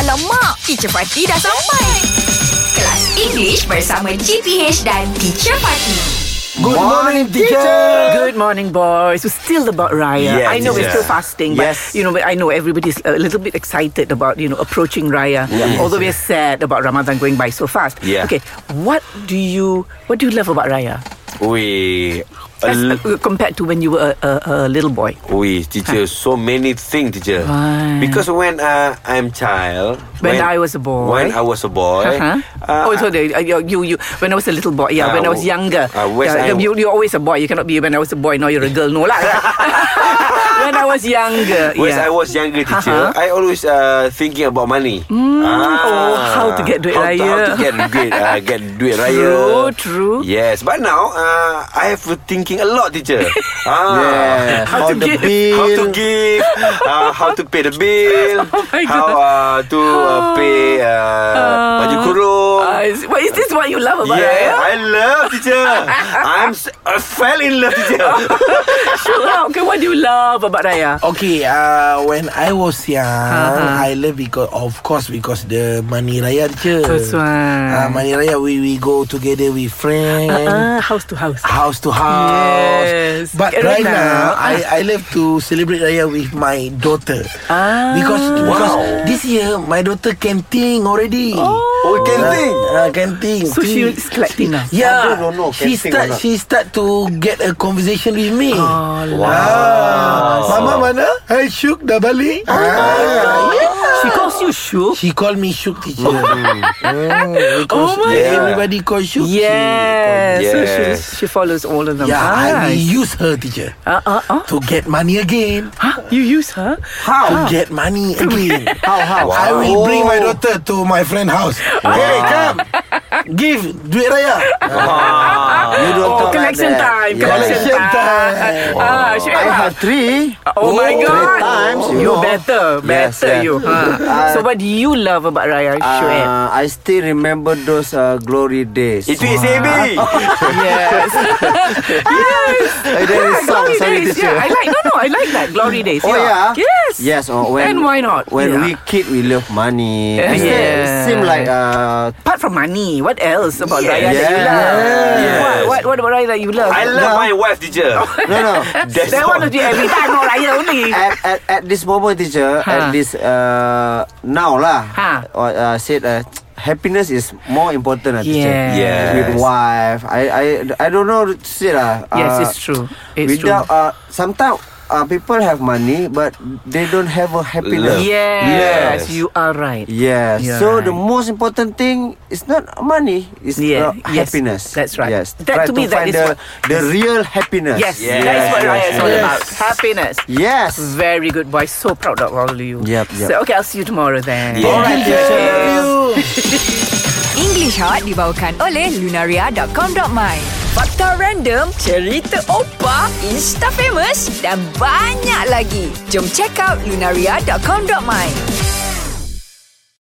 Alah mak, teacher Fatih dah sampai. Kelas English bersama GPH dan teacher Fatih. Good morning, teacher. Good morning, boys. We're still about Raya. Yeah, I know we're teacher. still fasting, but Yes. you know, but I know everybody's a little bit excited about you know approaching Raya. Although we're sad about Ramadan going by so fast. Yeah. Okay. What do you What do you love about Raya? We, a As, l- uh, compared to when you were a, a, a little boy. we teacher so many things, teacher. Why? Because when uh, I'm child, When I was a boy. when I was a boy, Uh-huh. uh, oh, so the, uh, you, you, you, when I was a little boy, Ah, yeah, when I was w- younger, ah, when I yeah, w- you, you're always a boy. You cannot be when I was a boy, now you're a girl, no lah. when I was younger, when yeah. I was younger, teacher, Uh-huh. I always uh, thinking about money. Ah. oh, how to get duit how To, how raya. to get duit, uh, get duit raya. True, true. Yes, but now uh, I have to thinking a lot, teacher. ah. Yeah. How How, to the give- bill. How to give uh, How to pay the bill Oh my How uh, to uh, pay uh, Baju kurung Ah, is, what, is this what you love about Yeah, Raya? I love teacher. I'm s- I fell in love teacher. Sure, ah, okay, what do you love about Raya? Okay, uh, when I was young, Uh-huh. I love because, of course, because the money raya je. That's right. Uh, money raya, we we go together with friends. Ah, house to house. House to house Yes. But Correct right now. now, I, I love to celebrate Raya with my daughter Ah. Because because this year My daughter can think already Oh. Oh, can think. uh, Can think So she is Latina. Yeah, I don't know, can she think or start not. she start to get a conversation with me. Oh, Ah, Mama mana? Hai Syuk dah balik. Ah. She calls you Shuk. She call me Syuk teacher. Mm, because Oh my God. everybody call Syuk. Oh, she Yes. So she, Yes. she follows all of call- them. Ah, Yeah, I Nice. use her teacher Uh, uh, uh. to get money again. Huh? You use her? To get money again. how how? Oh. I Wow. will bring my daughter to my friend house. Hey, come. Give duit raya. Ah. You don't Oh, talk like collection that. time. Yeah. Collection Collection time. time. Ah, Syuk, I have three. Oh, my three God. times, you you know. better. Yes, Better yeah. you. huh? Uh, so what do you love about Raya, Shuib? Uh, I still remember those uh, glory days. Itu SAB. Yes. Uh, there is some, Glory sorry, days. teacher. Yeah, I like. No, no, I like that. Glory days. Oh, yeah? Yes. Yes, oh, when, And why not? When Yeah. we kid, we love money. Yeah. It Yeah. seem like uh, Apart from money, what else about Raya that you Yes. love? Yes. What, what what about Raya that you love? I love my wife teacher. no no. That's Oh that all. one of you every time no Raya only. At, at, at this moment, teacher, Ha. at this uh, now lah, Ha. or uh, said uh, happiness is more important, uh, teacher. Yes. Yes. With wife, I I I don't know, say lah. yes, uh, it's true. It's without true. uh, sometimes uh, people have money but they don't have a happiness. Love. Yes, Yes. you are right. Yes. You're so right. the most important thing is not money, it's Yeah, yeah. yes, happiness. that's right. Yes. That Try to me, that find is the, what- the real happiness. Yes, Yes. that is what Yes. Raya is all Yes. about. Happiness. Yes. Very good boy. So proud of all of you. Yep, yep. So, okay, I'll see you tomorrow then. Yeah. Alright, Thank you, teacher. teacher. Love you. English Hot dibawakan oleh Lunaria.com.my Fakta random, cerita opa, insta famous dan banyak lagi. Jom check out Lunaria.com.my